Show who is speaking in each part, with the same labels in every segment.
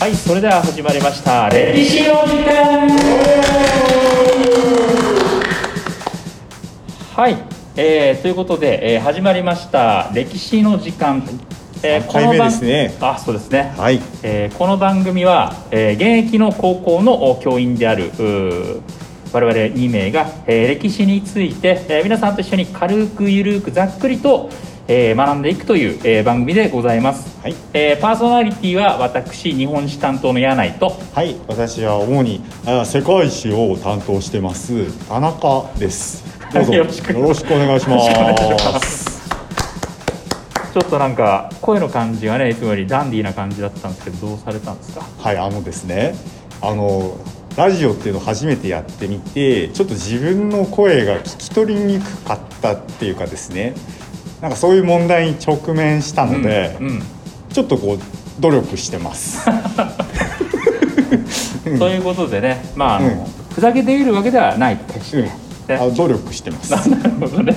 Speaker 1: はい、それでは始まりました。歴史の時間。はい、えー、ということで、えー、始まりました。歴史の時間。え
Speaker 2: 三回目
Speaker 1: 番
Speaker 2: ですね
Speaker 1: あ、そうですね。
Speaker 2: はい
Speaker 1: えーこの番組は、えー現役の高校の教員であるうー我々2名が、えー歴史について、えー皆さんと一緒に軽くゆるくざっくりと、えー学んでいくという、えー番組でございます、
Speaker 2: はい
Speaker 1: えーパーソナリティは私日本史担当の柳井と
Speaker 2: はい私は主にあ世界史を担当してます田中ですどう ぞ
Speaker 1: よろしく
Speaker 2: よろしくお願いし
Speaker 1: よろしくお願いしま
Speaker 2: ます
Speaker 1: ちょっとなんか声の感じがねいつもよりダンディーな感じだったんですけどどうされたんですか
Speaker 2: はいあのですねあのラジオっていうのを初めてやってみてちょっと自分の声が聞き取りにくかったっていうかですねなんかそういう問題に直面したので、
Speaker 1: うんうん
Speaker 2: ちょっとこう努力し てます
Speaker 1: ということでねまああの、
Speaker 2: うん
Speaker 1: ふざけているわけでは ないと決し
Speaker 2: う
Speaker 1: て、
Speaker 2: んあ努力してます
Speaker 1: なるほどね。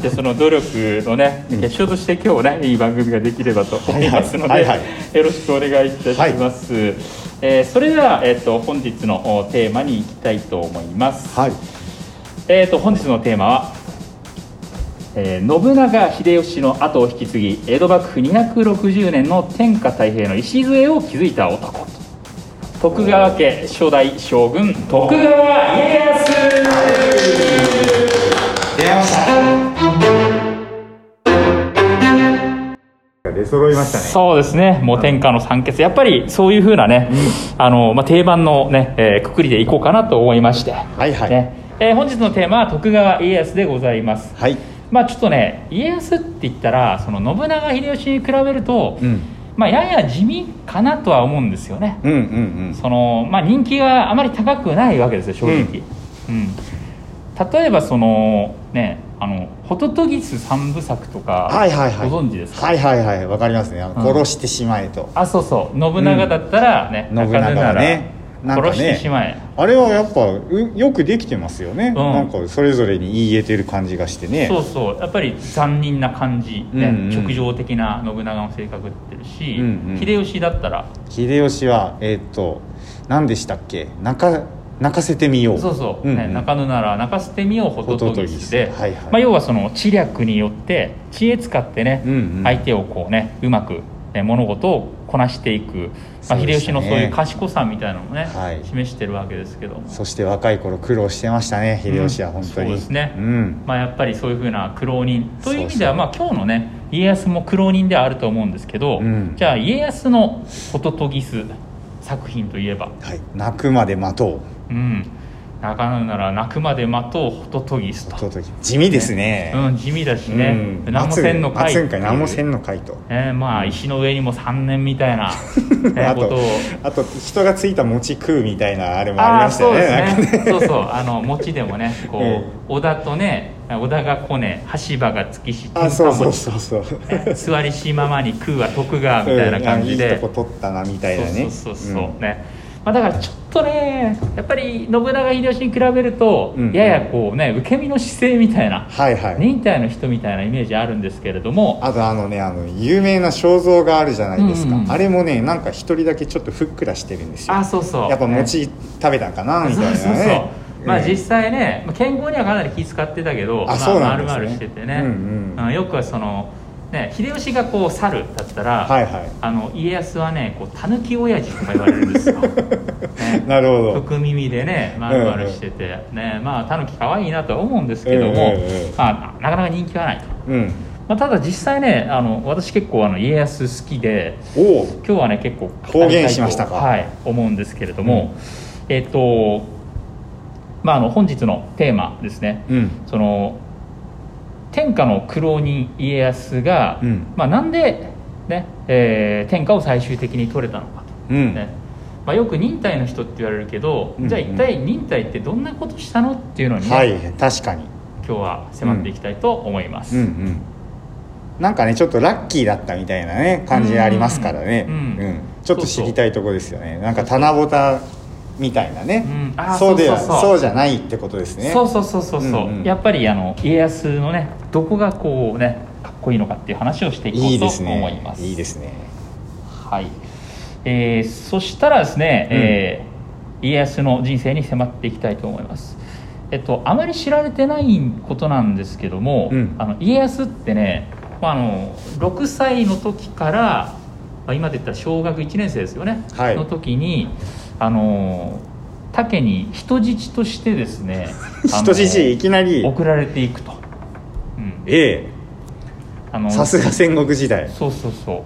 Speaker 1: じゃあその努力のね
Speaker 2: うん
Speaker 1: 結晶として今日ねいい番組ができればと思いますの
Speaker 2: はい
Speaker 1: で
Speaker 2: はいはい
Speaker 1: よろしくお願いいたします。えーそれではえっ、と本日のおテーマに行きたいと思います。
Speaker 2: はい
Speaker 1: えっ、と本日のテーマは。えー信長秀吉の後を引き継ぎ江戸幕府260年の天下太平の礎を築いた男と徳川家初代将軍徳川家康
Speaker 2: 出ました出揃いましたね
Speaker 1: そうですね、もう天下の三傑、やっぱりそういうふうなね、あのまあ、定番のね、えーくくりでいこうかなと思いまして、
Speaker 2: はいはい
Speaker 1: ねえー本日のテーマは徳川家康でございます。
Speaker 2: はい
Speaker 1: まあ、ちょっとね、家康って言ったら、その信長秀吉に比べると、
Speaker 2: うん
Speaker 1: まあ、やや地味かなとは思うんですよね。
Speaker 2: うんうん
Speaker 1: そのまあ、人気があまり高くないわけですよ正直、うん例ええばそのねあの「ホトトギス三部作」とか
Speaker 2: はいはいはい
Speaker 1: ご存知ですか
Speaker 2: はいはいはいわかりますねあの
Speaker 1: うん
Speaker 2: 殺してしまえと、
Speaker 1: あそうそう信長だったらね、
Speaker 2: 信長
Speaker 1: な
Speaker 2: が
Speaker 1: ら
Speaker 2: ねなんか
Speaker 1: 殺し
Speaker 2: ね
Speaker 1: てしまえ、
Speaker 2: あれはやっぱうよくできてますよね、
Speaker 1: ん
Speaker 2: なんかそれぞれに言い得てる感じがしてね
Speaker 1: そうそうやっぱり残忍な感じ、ね
Speaker 2: うんうん
Speaker 1: 直情的な信長の性格ってるし、
Speaker 2: うんうん
Speaker 1: 秀吉だったら
Speaker 2: 秀吉はえーっと何でしたっけ泣か泣かせてみよう
Speaker 1: そうそう、
Speaker 2: ん
Speaker 1: ね、中野なら泣かせてみようほととぎしで、
Speaker 2: ホトトギスはいはい
Speaker 1: まあ、要はその知略によって知恵使ってね、
Speaker 2: うんうん
Speaker 1: 相手をこうねうまく、ね、物事をこなしていく、まあ、
Speaker 2: そう
Speaker 1: 秀
Speaker 2: でし
Speaker 1: 吉
Speaker 2: たね
Speaker 1: のそういう賢さみたいなのをね、
Speaker 2: はい
Speaker 1: 示してるわけですけども
Speaker 2: そして若い頃苦労してましたね秀吉は本当に、
Speaker 1: うんそうですね
Speaker 2: うん
Speaker 1: まあ、やっぱりそういうふうな苦労人という意味では
Speaker 2: そう
Speaker 1: まあ、今日のね家康も苦労人ではあると思うんですけど、
Speaker 2: うん
Speaker 1: じゃあ家康の「ホトトギス」作品といえば、
Speaker 2: はい、泣くまで待とう
Speaker 1: うん、中野なら泣くまで待とうホトトギスと
Speaker 2: ちょっと地味ですね
Speaker 1: うん、地味だしね、
Speaker 2: うん
Speaker 1: 何もせんのかい
Speaker 2: 松んかい何もせん
Speaker 1: の、
Speaker 2: のかいと、
Speaker 1: えーまあ石の上にも3年みたいな、ね
Speaker 2: あ
Speaker 1: こととを
Speaker 2: あと人がついた餅食うみたいなあれもあり
Speaker 1: あ
Speaker 2: ま
Speaker 1: あ
Speaker 2: したよ
Speaker 1: そう
Speaker 2: ね
Speaker 1: ですね
Speaker 2: なんか
Speaker 1: そうそうあの餅でもねこう、
Speaker 2: え
Speaker 1: 織田とね織田がこね橋場が月し
Speaker 2: あそうそう
Speaker 1: 餅
Speaker 2: そうそう
Speaker 1: ね座りしままに食うは徳川みたいな感じ
Speaker 2: うんあ
Speaker 1: で、
Speaker 2: いいとこ取ったなみたいなね
Speaker 1: そうそうそうそう、ね、まあ、だからちょっとねやっぱり信長秀吉に比べると、
Speaker 2: うん
Speaker 1: ややこうね受け身の姿勢みたいな、
Speaker 2: はいはい
Speaker 1: 忍耐の人みたいなイメージあるんですけれども
Speaker 2: あとあのねあの有名な肖像があるじゃないですか、
Speaker 1: うんうん
Speaker 2: あれもねなんか一人だけちょっとふっくらしてるんですよ
Speaker 1: あそうそう
Speaker 2: やっぱ
Speaker 1: ね
Speaker 2: 餅食べたんかなみたいなね
Speaker 1: そうそうそうまあ
Speaker 2: うん
Speaker 1: 実際ねまあ健康にはかなり気使ってたけど
Speaker 2: あ
Speaker 1: ま
Speaker 2: そうなん
Speaker 1: 丸
Speaker 2: で
Speaker 1: 々し
Speaker 2: すね
Speaker 1: ててね、
Speaker 2: うんうん
Speaker 1: よくはその、ね、秀吉がこう猿だったら、
Speaker 2: はいはい
Speaker 1: あの家康はねこう狸親父とか言われるん ですよ、ね
Speaker 2: なるほど
Speaker 1: 福耳でね丸々してて、ねまあ狸可愛いなとは思うんですけども、
Speaker 2: うんうんうん
Speaker 1: まあ、なかなか人気はないと、
Speaker 2: うん
Speaker 1: まあ、ただ実際ねあの私結構あの家康好きで
Speaker 2: おお
Speaker 1: 今日はね結構
Speaker 2: 公言しましたか
Speaker 1: はい、思うんですけれども、えっ、とまああの本日のテーマですね、
Speaker 2: うん
Speaker 1: その天下の苦労人家康が、
Speaker 2: うん
Speaker 1: まあなんでね、えー天下を最終的に取れたのか
Speaker 2: う
Speaker 1: と、
Speaker 2: ん、
Speaker 1: ね。まあ、よく忍耐の人って言われるけど、
Speaker 2: うん
Speaker 1: じゃあ一体忍耐ってどんなことしたのっていうのにね、
Speaker 2: はい確かに
Speaker 1: 今日は迫っていきたいと思います、
Speaker 2: うんうんなんかねちょっとラッキーだったみたいなね感じありますからね、
Speaker 1: う
Speaker 2: うんん
Speaker 1: うん
Speaker 2: ちょっと知りたいとこですよねなんか七夕みたいなね、
Speaker 1: うんあー
Speaker 2: そうでは
Speaker 1: そ
Speaker 2: そうう
Speaker 1: そうそう
Speaker 2: じゃないってことですね
Speaker 1: そうそうそうそうそう、
Speaker 2: うんうん
Speaker 1: やっぱりあの家康のねどこがこうねかっこいいのかっていう話をしていこ
Speaker 2: いうい
Speaker 1: と
Speaker 2: です
Speaker 1: 思い
Speaker 2: ね
Speaker 1: ます
Speaker 2: いいですね
Speaker 1: はいえーそしたらですね、
Speaker 2: うん
Speaker 1: えー家康の人生に迫っていきたいと思います。えっと、あまり知られてないことなんですけども、
Speaker 2: うん
Speaker 1: あの家康ってね、まあ、あの6歳の時から、まあ今で言ったら小学1年生ですよね、
Speaker 2: はい
Speaker 1: の時にあの他家に人質としてです ねあの
Speaker 2: 人質いきなり
Speaker 1: 送られていくと、うん
Speaker 2: え
Speaker 1: あ
Speaker 2: え
Speaker 1: の
Speaker 2: さすが戦国時代
Speaker 1: そうそうそ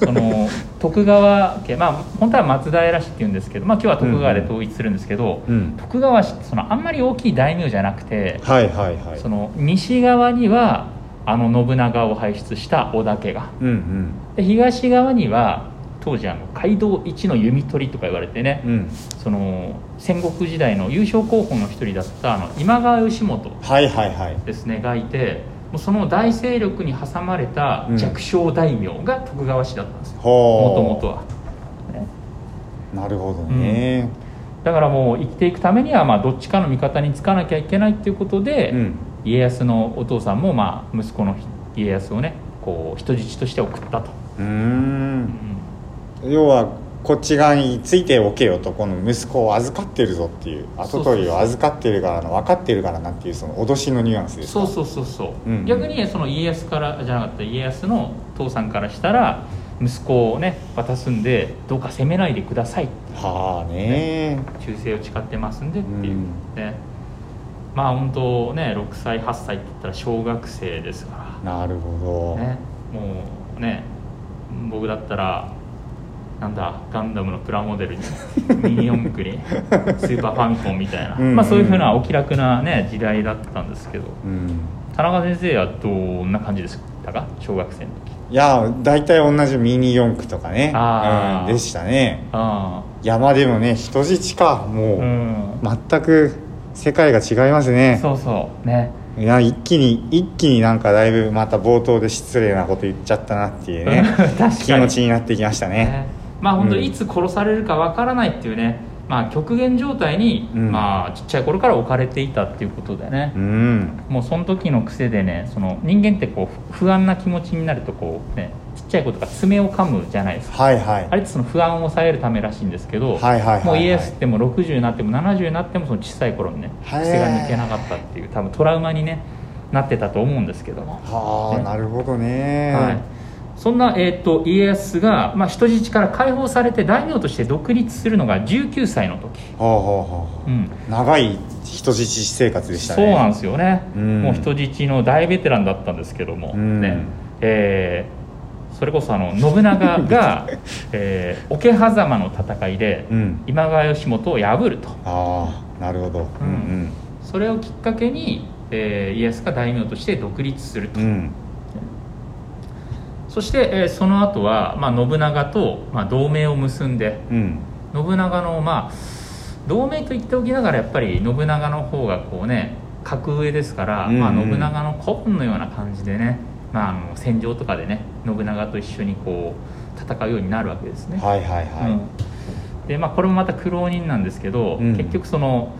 Speaker 1: う その徳川家まあ本当は松平氏っていうんですけど、まあ、今日は徳川で統一するんですけど、
Speaker 2: うん
Speaker 1: 徳川氏ってそのあんまり大きい大名じゃなくて、
Speaker 2: はいはいはい
Speaker 1: その西側にはあの信長を輩出した織田家が
Speaker 2: うんうん
Speaker 1: で東側には当時あの街道一の弓取りとか言われてね、
Speaker 2: うん
Speaker 1: その戦国時代の優勝候補の一人だったあの今川義元
Speaker 2: はいはいはい
Speaker 1: ですねがいてもうその大勢力に挟まれた弱小大名が徳川氏だったんですよもと
Speaker 2: ほう
Speaker 1: もとは、ね
Speaker 2: なるほどね、
Speaker 1: だからもう生きていくためにはまあどっちかの味方につかなきゃいけないっていうことで、
Speaker 2: うん
Speaker 1: 家康のお父さんもまあ息子の家康をねこう人質として送ったと、
Speaker 2: うーん要はこっち側についておけよとこの息子を預かってるぞっていう
Speaker 1: そうそう
Speaker 2: 跡取りを預かってるからの分かってるからなっていうその脅しのニュアンスですか
Speaker 1: そうそうそうそう、
Speaker 2: うん
Speaker 1: 逆にその家康からじゃなかった家康の父さんからしたら息子をね渡すんでどうか責めないでください
Speaker 2: はあね
Speaker 1: 忠誠を誓ってますんでっていう、
Speaker 2: うん
Speaker 1: ねまあ本当ね6歳8歳って言ったら小学生ですか
Speaker 2: なるほど、
Speaker 1: らねもうね僕だったらなんだガンダムのプラモデルにミニ四駆にスーパーファミコンみたいな
Speaker 2: うんうん
Speaker 1: まあそういうふうなお気楽なね時代だったんですけど
Speaker 2: うん
Speaker 1: 田中先生はどんな感じでしたか小学生の時
Speaker 2: いや大体同じミニ四駆とかね、
Speaker 1: あ
Speaker 2: うん、
Speaker 1: ー
Speaker 2: でしたね
Speaker 1: あ
Speaker 2: 山でもね人質か
Speaker 1: あ
Speaker 2: も
Speaker 1: う
Speaker 2: う、
Speaker 1: ん
Speaker 2: 全く世界が違いますね
Speaker 1: そうそうね
Speaker 2: いや一気に一気になんかだいぶまた冒頭で失礼なこと言っちゃったなっていうね
Speaker 1: 確かに
Speaker 2: 気持ちになってきましたね
Speaker 1: ね、まあ本当
Speaker 2: うん
Speaker 1: いつ殺されるかわからないっていうね、まあ極限状態に、
Speaker 2: うん
Speaker 1: まあちっちゃい頃から置かれていたっていうことでね
Speaker 2: う、ん
Speaker 1: もうその時の癖でねその人間ってこう不安な気持ちになるとこうねちっちゃい子とか爪を噛むじゃないですか
Speaker 2: はいはい
Speaker 1: あれってその不安を抑えるためらしいんですけど、
Speaker 2: はいはいはいはい
Speaker 1: もう家康ってもう60になっても70になってもその小さい頃にね
Speaker 2: へー
Speaker 1: 癖が抜けなかったっていう多分トラウマに、ね、なってたと思うんですけども。
Speaker 2: はあ
Speaker 1: ね
Speaker 2: なるほどね、
Speaker 1: はい、そんな、えー、と家康が、まあ、人質から解放されて大名として独立するのが19歳の時、
Speaker 2: はあはあは
Speaker 1: う
Speaker 2: あ、
Speaker 1: ん
Speaker 2: 長い人質生活でした
Speaker 1: そう
Speaker 2: ね
Speaker 1: なん
Speaker 2: ん
Speaker 1: ですよね、
Speaker 2: うん
Speaker 1: もう人質の大ベテランだったんですけども、
Speaker 2: うん
Speaker 1: ねえーそれこそあの信長 が、えー桶狭間の戦いで
Speaker 2: うん
Speaker 1: 今川義元を破ると
Speaker 2: ああなるほど
Speaker 1: う
Speaker 2: うんん
Speaker 1: それをきっかけに、えー家康が大名として独立すると
Speaker 2: うん、うん
Speaker 1: そして、えーその後は、まあ信長と、まあ、同盟を結んで
Speaker 2: うん
Speaker 1: 信長のまあ同盟と言っておきながらやっぱり信長の方がこうね格上ですから、
Speaker 2: うんうん
Speaker 1: まあ、信長の古文のような感じでね、まあ、あの戦場とかでね信長と一緒にこう戦うようになるわけですね。
Speaker 2: はいはいはい、
Speaker 1: うんでまあ、これもまた苦労人なんですけど、
Speaker 2: うん
Speaker 1: 結局その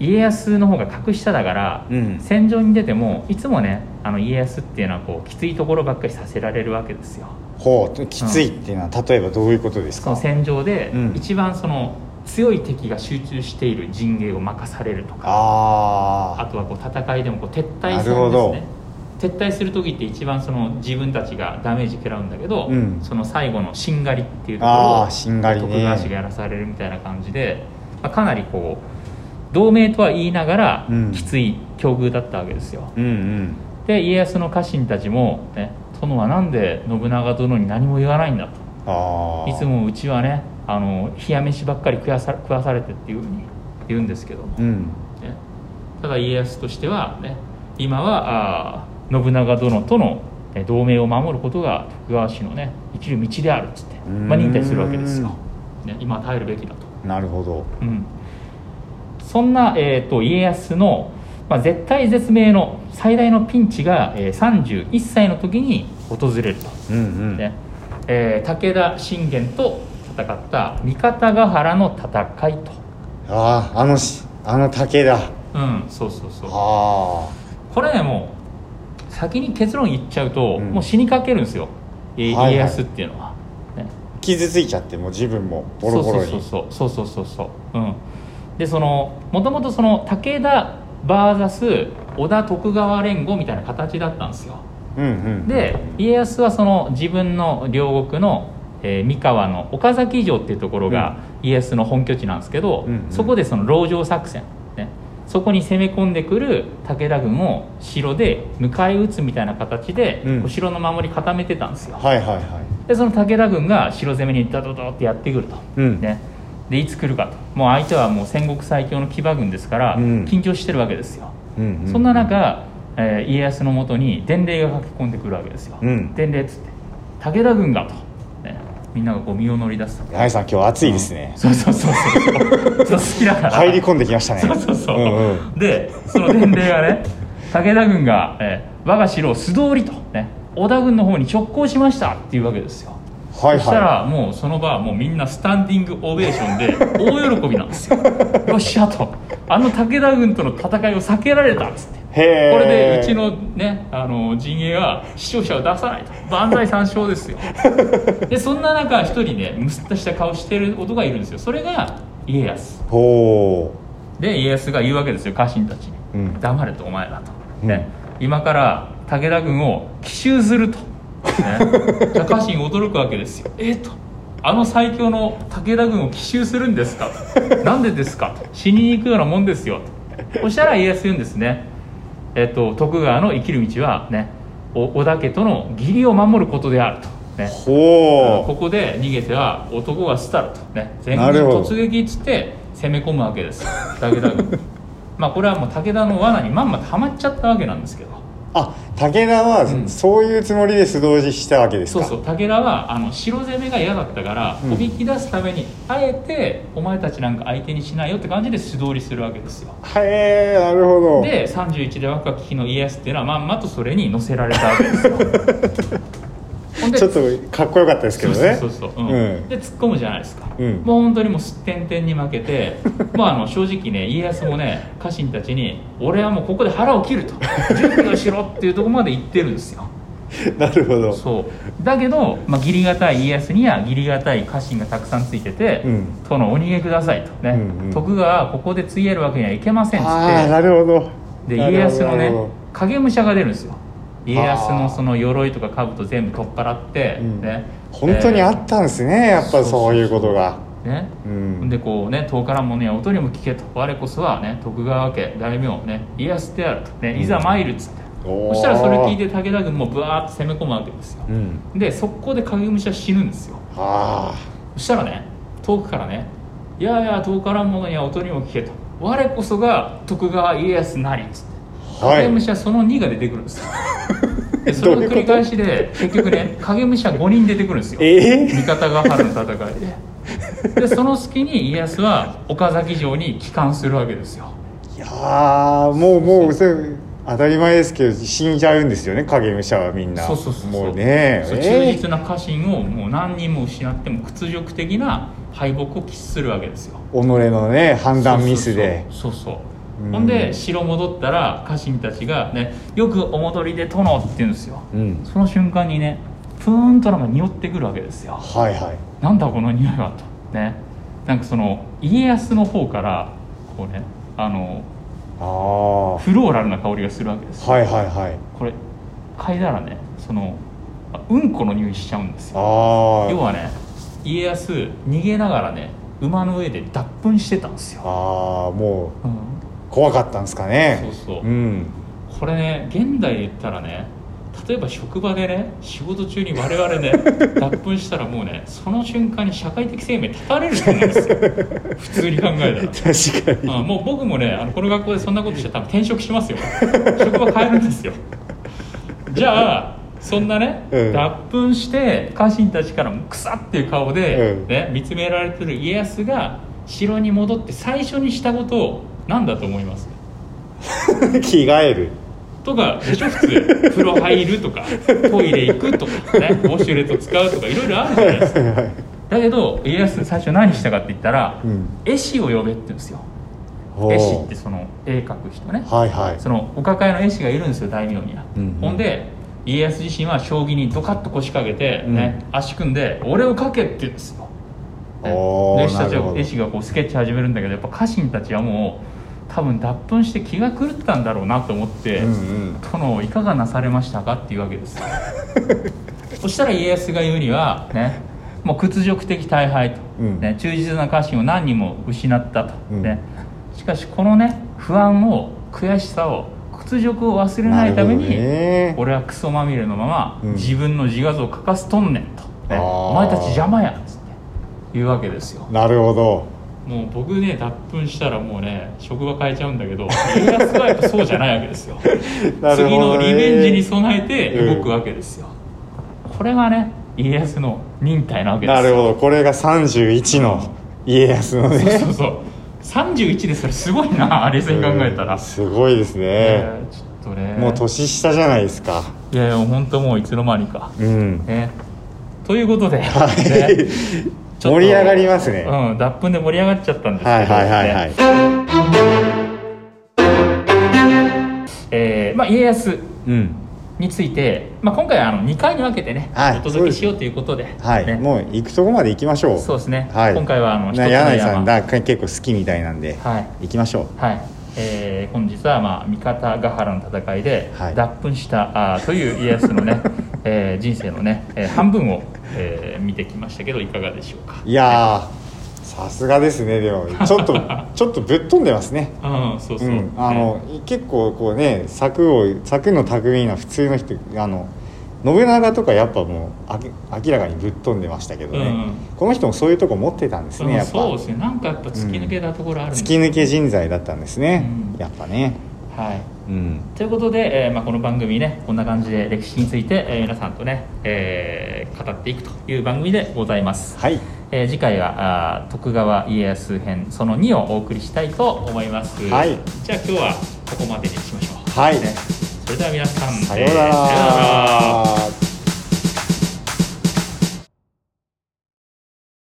Speaker 1: 家康の方が格下だから、
Speaker 2: うん
Speaker 1: 戦場に出てもいつもねあの家康っていうのはこうきついところばっかりさせられるわけですよ。
Speaker 2: ほうきついっていうのは例えばどういうことです
Speaker 1: そ
Speaker 2: か
Speaker 1: の戦場で
Speaker 2: うん
Speaker 1: 一番その強い敵が集中している陣営を任されるとか、あ
Speaker 2: ああ
Speaker 1: とはこう戦いでもこう撤退する
Speaker 2: なる
Speaker 1: ん
Speaker 2: ほ
Speaker 1: です
Speaker 2: ど
Speaker 1: ね撤退する時って一番その自分たちがダメージ食らうんだけど、
Speaker 2: うん
Speaker 1: その最後のしんがりっていうところ
Speaker 2: あ
Speaker 1: を
Speaker 2: あしんがり
Speaker 1: 徳川氏が
Speaker 2: ね
Speaker 1: やらされるみたいな感じで、まあ、かなりこう同盟とは言いながら、
Speaker 2: うん
Speaker 1: きつい境遇だったわけですよ
Speaker 2: うんうん
Speaker 1: で家康の家臣たちも、ね「殿はなんで信長殿に何も言わないんだ」と。
Speaker 2: ああ
Speaker 1: いつもうちはねあの冷や飯ばっかり食わさ食わされてっていうふうに言うんですけども、
Speaker 2: うん
Speaker 1: ね、ただ家康としては、ね、今はあー信長殿とのえ同盟を守ることが徳川氏のね生きる道であるっつって、まあ、
Speaker 2: うーん
Speaker 1: 認定するわけですよ、ね、今は耐えるべきだと、
Speaker 2: なるほど
Speaker 1: うん、そんな、えー、と家康の、まあ、絶対絶命の最大のピンチが、えー31歳の時に訪れると。
Speaker 2: うんうん、
Speaker 1: ねえー武田信玄と戦った三方ヶ原の戦いと、
Speaker 2: あああのしあの竹だあ
Speaker 1: うん、そうそうそう
Speaker 2: あ
Speaker 1: これねもう先に結論言っちゃうと、
Speaker 2: うん
Speaker 1: もう死にかけるんですよい
Speaker 2: はいはい
Speaker 1: 家康っていうのは、ね
Speaker 2: 傷ついちゃってもう自分もボロボロに
Speaker 1: そうそうそうそうそうそうそううんでそのもともとその武田 VS 織田徳川連合みたいな形だったんですよ
Speaker 2: うんうん
Speaker 1: で家康はその自分の両国の、えー三河の岡崎城っていうところが家康の本拠地なんですけど、
Speaker 2: うんうん
Speaker 1: そこでその籠城作戦、ね、そこに攻め込んでくる武田軍を城で迎え撃つみたいな形で、
Speaker 2: うん
Speaker 1: こう城の守り固めてたんですよ
Speaker 2: はいはいはい
Speaker 1: でその武田軍が城攻めにダドドってやってくると、
Speaker 2: うん
Speaker 1: ね、でいつ来るかともう相手はもう戦国最強の騎馬軍ですから、
Speaker 2: うん
Speaker 1: 緊張してるわけですよ、
Speaker 2: うんう
Speaker 1: そんな中、えー家康のもとに伝令が駆け込んでくるわけですよ、
Speaker 2: うん
Speaker 1: 伝令っつって武田軍がと、ね、みんながこう身を乗り出すと
Speaker 2: 八重さん今日暑いですね、
Speaker 1: そうそうそう そうそう好きだから
Speaker 2: 入り込んできましたね
Speaker 1: そうそうそう、
Speaker 2: んうん
Speaker 1: でその伝令がね武田軍が、えー我が城を素通りと、ね、織田軍の方に直行しましたっていうわけですよ
Speaker 2: はい
Speaker 1: そした
Speaker 2: は
Speaker 1: らもうその場はもうみんなスタンディングオベーションで大喜びなんですよよっしゃとあの武田軍との戦いを避けられたっつって
Speaker 2: いへえ
Speaker 1: これでうちのねあの陣営は死傷者を出さないと万歳三唱です よでそんな中一人ねむすっとした顔してる男がいるんですよそれが家康
Speaker 2: ほ
Speaker 1: で家康が言うわけですよ家臣たちに、
Speaker 2: うん
Speaker 1: 黙れとお前らと、
Speaker 2: うん
Speaker 1: ね、今から武田軍を奇襲すると、ね、じゃあ家臣驚くわけですよ えっ、とあの最強の武田軍を奇襲するんですかとなんでですかと死にに行くようなもんですよとそしたら家康言うんですねえっと徳川の生きる道はねお織田家との義理を守ることであると、ね、
Speaker 2: うほう
Speaker 1: ここで逃げては男が捨たるとね全軍
Speaker 2: なるほど
Speaker 1: 突撃っつって攻め込むわけです武田 軍まあこれはもう武田の罠にまんまとはまっちゃったわけなんですけど
Speaker 2: あ武田
Speaker 1: う
Speaker 2: は
Speaker 1: ん
Speaker 2: そういうつもりで素通りしたわけです
Speaker 1: そう
Speaker 2: か、
Speaker 1: そう武田はあの城攻めが嫌だったから、
Speaker 2: うん
Speaker 1: おびき出すためにあえてお前たちなんか相手にしないよって感じで素通りするわけですよ
Speaker 2: へえなるほど
Speaker 1: で31で若き日の家康っていうのはまんまとそれに乗せられたわけですよ ほんで
Speaker 2: ちょっとかっこよかったですけどね
Speaker 1: そうそうそうそう、うん
Speaker 2: うん
Speaker 1: で突っ込むじゃないですか、
Speaker 2: うん
Speaker 1: もう本当にもうすってんてんに負けて まああの正直ね家康もね家臣たちに「俺はもうここで腹を切る」と「準備をしろ」っていうところまで言ってるんですよ
Speaker 2: なるほど
Speaker 1: そうだけど、まあ、義理堅い家康には義理堅い家臣がたくさんついてて「
Speaker 2: うん
Speaker 1: 殿お逃げください」とね、
Speaker 2: うんうん
Speaker 1: 徳川はここでついえるわけにはいけません」っつって
Speaker 2: ああなるほど
Speaker 1: で
Speaker 2: なるほ
Speaker 1: 家
Speaker 2: ど
Speaker 1: 康の
Speaker 2: な
Speaker 1: ね
Speaker 2: るほ
Speaker 1: 影武者が出るんですよ家康
Speaker 2: あ
Speaker 1: の
Speaker 2: ー
Speaker 1: その鎧とか兜全部取っ払って、
Speaker 2: うん
Speaker 1: ね
Speaker 2: ど本当にあ
Speaker 1: え
Speaker 2: ったんですね、やっぱそういうことが
Speaker 1: ーね
Speaker 2: うん
Speaker 1: でこうね遠からもね音にも聞けと我こそはね徳川家大名ね家康であると、ね、いざ参るっつって、
Speaker 2: お
Speaker 1: そ
Speaker 2: ー
Speaker 1: したらそれ聞いて武田軍もぶわーっと攻め込むわけですよ
Speaker 2: う、ん
Speaker 1: で速攻で影武者死ぬんですよ
Speaker 2: あ
Speaker 1: そしたらね遠くからね「いやいや遠からものには音にも聞け」と「我こそが徳川家康なり」っつって
Speaker 2: あはい
Speaker 1: 影武者その2が出てくるん ですよでそれ
Speaker 2: ど
Speaker 1: の
Speaker 2: ういうこ
Speaker 1: 繰
Speaker 2: と
Speaker 1: り返しで結局ね影武者5人出てくるんですよ
Speaker 2: えー
Speaker 1: 味方が春の戦いででその隙に家康は岡崎城に帰還するわけですよ
Speaker 2: いやーもうもうそれ当たり前ですけど死んじゃうんですよね影武者はみんな
Speaker 1: そうそうそうそう
Speaker 2: もうね
Speaker 1: そう忠実な家臣をもう何人も失っても屈辱的な敗北を喫するわけですよ
Speaker 2: 己のね判断ミスで
Speaker 1: そうそうそうそう
Speaker 2: うん
Speaker 1: ほんで城戻ったら家臣たちがね「よくお戻りで殿」って言うんですよ
Speaker 2: うん
Speaker 1: その瞬間にねプーンとなんか匂ってくるわけですよ
Speaker 2: はいはい
Speaker 1: なんだこの匂いはとねなんかその家康の方からこうねあの
Speaker 2: ああは
Speaker 1: フローラルな香りがするわけですよ
Speaker 2: いはいはい
Speaker 1: これ嗅いだらねそのあうんこの匂いしちゃうんですよ
Speaker 2: あ
Speaker 1: 要
Speaker 2: ー
Speaker 1: はね家康逃げながらね馬の上で脱糞してたんですよ、
Speaker 2: あーもう
Speaker 1: うん、
Speaker 2: 怖かったんですかね
Speaker 1: そうそう
Speaker 2: うん
Speaker 1: これね現代で言ったらね例えば職場でね仕事中に我々 ね脱糞したらもうねその瞬間に社会的生命絶たれると思うんですよ普通に考えたら
Speaker 2: 確 かに
Speaker 1: あもう僕もねあのこの学校でそんなことしちゃ多分転職しますよ職場変えるんですよじゃあそんなね、
Speaker 2: うん
Speaker 1: 脱糞して家臣たちからも「草」っていう顔で、
Speaker 2: うん
Speaker 1: ね、見つめられてる家康が城に戻って最初にしたことを何だと思います
Speaker 2: 着替える
Speaker 1: とかでしょ普通風呂入るとかトイレ行くとか ねウォシュレット使うとかいろいろあるじゃないですかだけど家康最初何したかって言ったら
Speaker 2: うん
Speaker 1: 絵師を呼べって言うんですよ
Speaker 2: ほう
Speaker 1: 絵師ってその絵描く人ね
Speaker 2: はいはい
Speaker 1: そのお抱えの絵師がいるんですよ大名には、
Speaker 2: うんうん
Speaker 1: ほんで家康自身は将棋にドカッと腰掛けて、ね足組んで「俺を書け」って言うんですよ。ね
Speaker 2: おー
Speaker 1: で弟子たち
Speaker 2: なるほ
Speaker 1: を
Speaker 2: ど
Speaker 1: 弟子がこうスケッチ始めるんだけどやっぱ家臣たちはもう多分脱粉して気が狂ったんだろうなと思って。
Speaker 2: うんうん
Speaker 1: 殿いかがなされましたかっていうわけです そしたら家康が言うにはねもう屈辱的大敗と、
Speaker 2: うん
Speaker 1: ね、忠実な家臣を何人も失ったと、
Speaker 2: うん
Speaker 1: ね、しかしこのね不安を悔しさを屈辱を忘れないために、
Speaker 2: なるほどね
Speaker 1: 俺はクソまみれのまま、
Speaker 2: うん
Speaker 1: 自分の自画像を書かすとんねんと、
Speaker 2: あ
Speaker 1: ね、
Speaker 2: ー
Speaker 1: お前たち邪魔やっつって言うわけですよ
Speaker 2: なるほど
Speaker 1: もう僕ね脱粉したらもうね職場変えちゃうんだけど家康はやっぱそうじゃないわけですよ
Speaker 2: なる
Speaker 1: 次
Speaker 2: ほ
Speaker 1: の
Speaker 2: どね
Speaker 1: リベンジに備えて動くわけですよ、これがね家康の忍耐なわけです
Speaker 2: なる
Speaker 1: よ
Speaker 2: ほどこれが31の家康のね
Speaker 1: そうそう31でそれすごいな冷静に考えたら、
Speaker 2: うんすごいですね、
Speaker 1: えーちょっとね
Speaker 2: もう年下じゃないですか
Speaker 1: いやいや本当もういつの間にか、
Speaker 2: うん
Speaker 1: ねということで、
Speaker 2: はい
Speaker 1: ねちょっと
Speaker 2: 盛り上がりますね、
Speaker 1: うん脱粉で盛り上がっちゃったんですけど、
Speaker 2: はいはいはいはい、
Speaker 1: ねえーまあ、家康
Speaker 2: うん
Speaker 1: について、まあ、今回はあの2回に分けてね、
Speaker 2: はい
Speaker 1: お届けしようということで、
Speaker 2: はい、
Speaker 1: ね
Speaker 2: もう行くとこまで行きましょう
Speaker 1: そうですね
Speaker 2: はい、
Speaker 1: 今回はあの一つ
Speaker 2: な
Speaker 1: の
Speaker 2: 柳井さ
Speaker 1: 山
Speaker 2: んだ結構好きみたいなんで、
Speaker 1: はい
Speaker 2: 行きましょう
Speaker 1: はい、えー本日はまあ三方ヶ原の戦いで
Speaker 2: はい
Speaker 1: 脱粉したあーという家康の ね、えー人生のね、えー半分を、えー見てきましたけどいかがでしょうか。
Speaker 2: いやーさすがですねでもちょっとちょっとぶっ飛んでますね
Speaker 1: うん、そうそう。
Speaker 2: うん、あ
Speaker 1: ね
Speaker 2: の、結構こうね柵を柵の巧みな普通の人あの信長とかやっぱもうあけ明らかにぶっ飛んでましたけどね、
Speaker 1: うん
Speaker 2: この人もそういうとこ持ってたんですね、
Speaker 1: うん
Speaker 2: やっぱ
Speaker 1: そうですね。なんかやっぱ突き抜けたところあるんです
Speaker 2: 突き抜け人材だったんですね、
Speaker 1: うん
Speaker 2: やっぱね
Speaker 1: はい。
Speaker 2: うん
Speaker 1: ということで、えーまあ、この番組ねこんな感じで歴史について、えー皆さんとね、えー語っていくという番組でございます。
Speaker 2: はい
Speaker 1: えー次回はあー徳川家康編その2をお送りしたいと思います、
Speaker 2: はい
Speaker 1: じゃあ今日はここまでにしましょう
Speaker 2: はい
Speaker 1: ねそれでは皆さん
Speaker 2: さような
Speaker 1: えーさようなら
Speaker 2: ら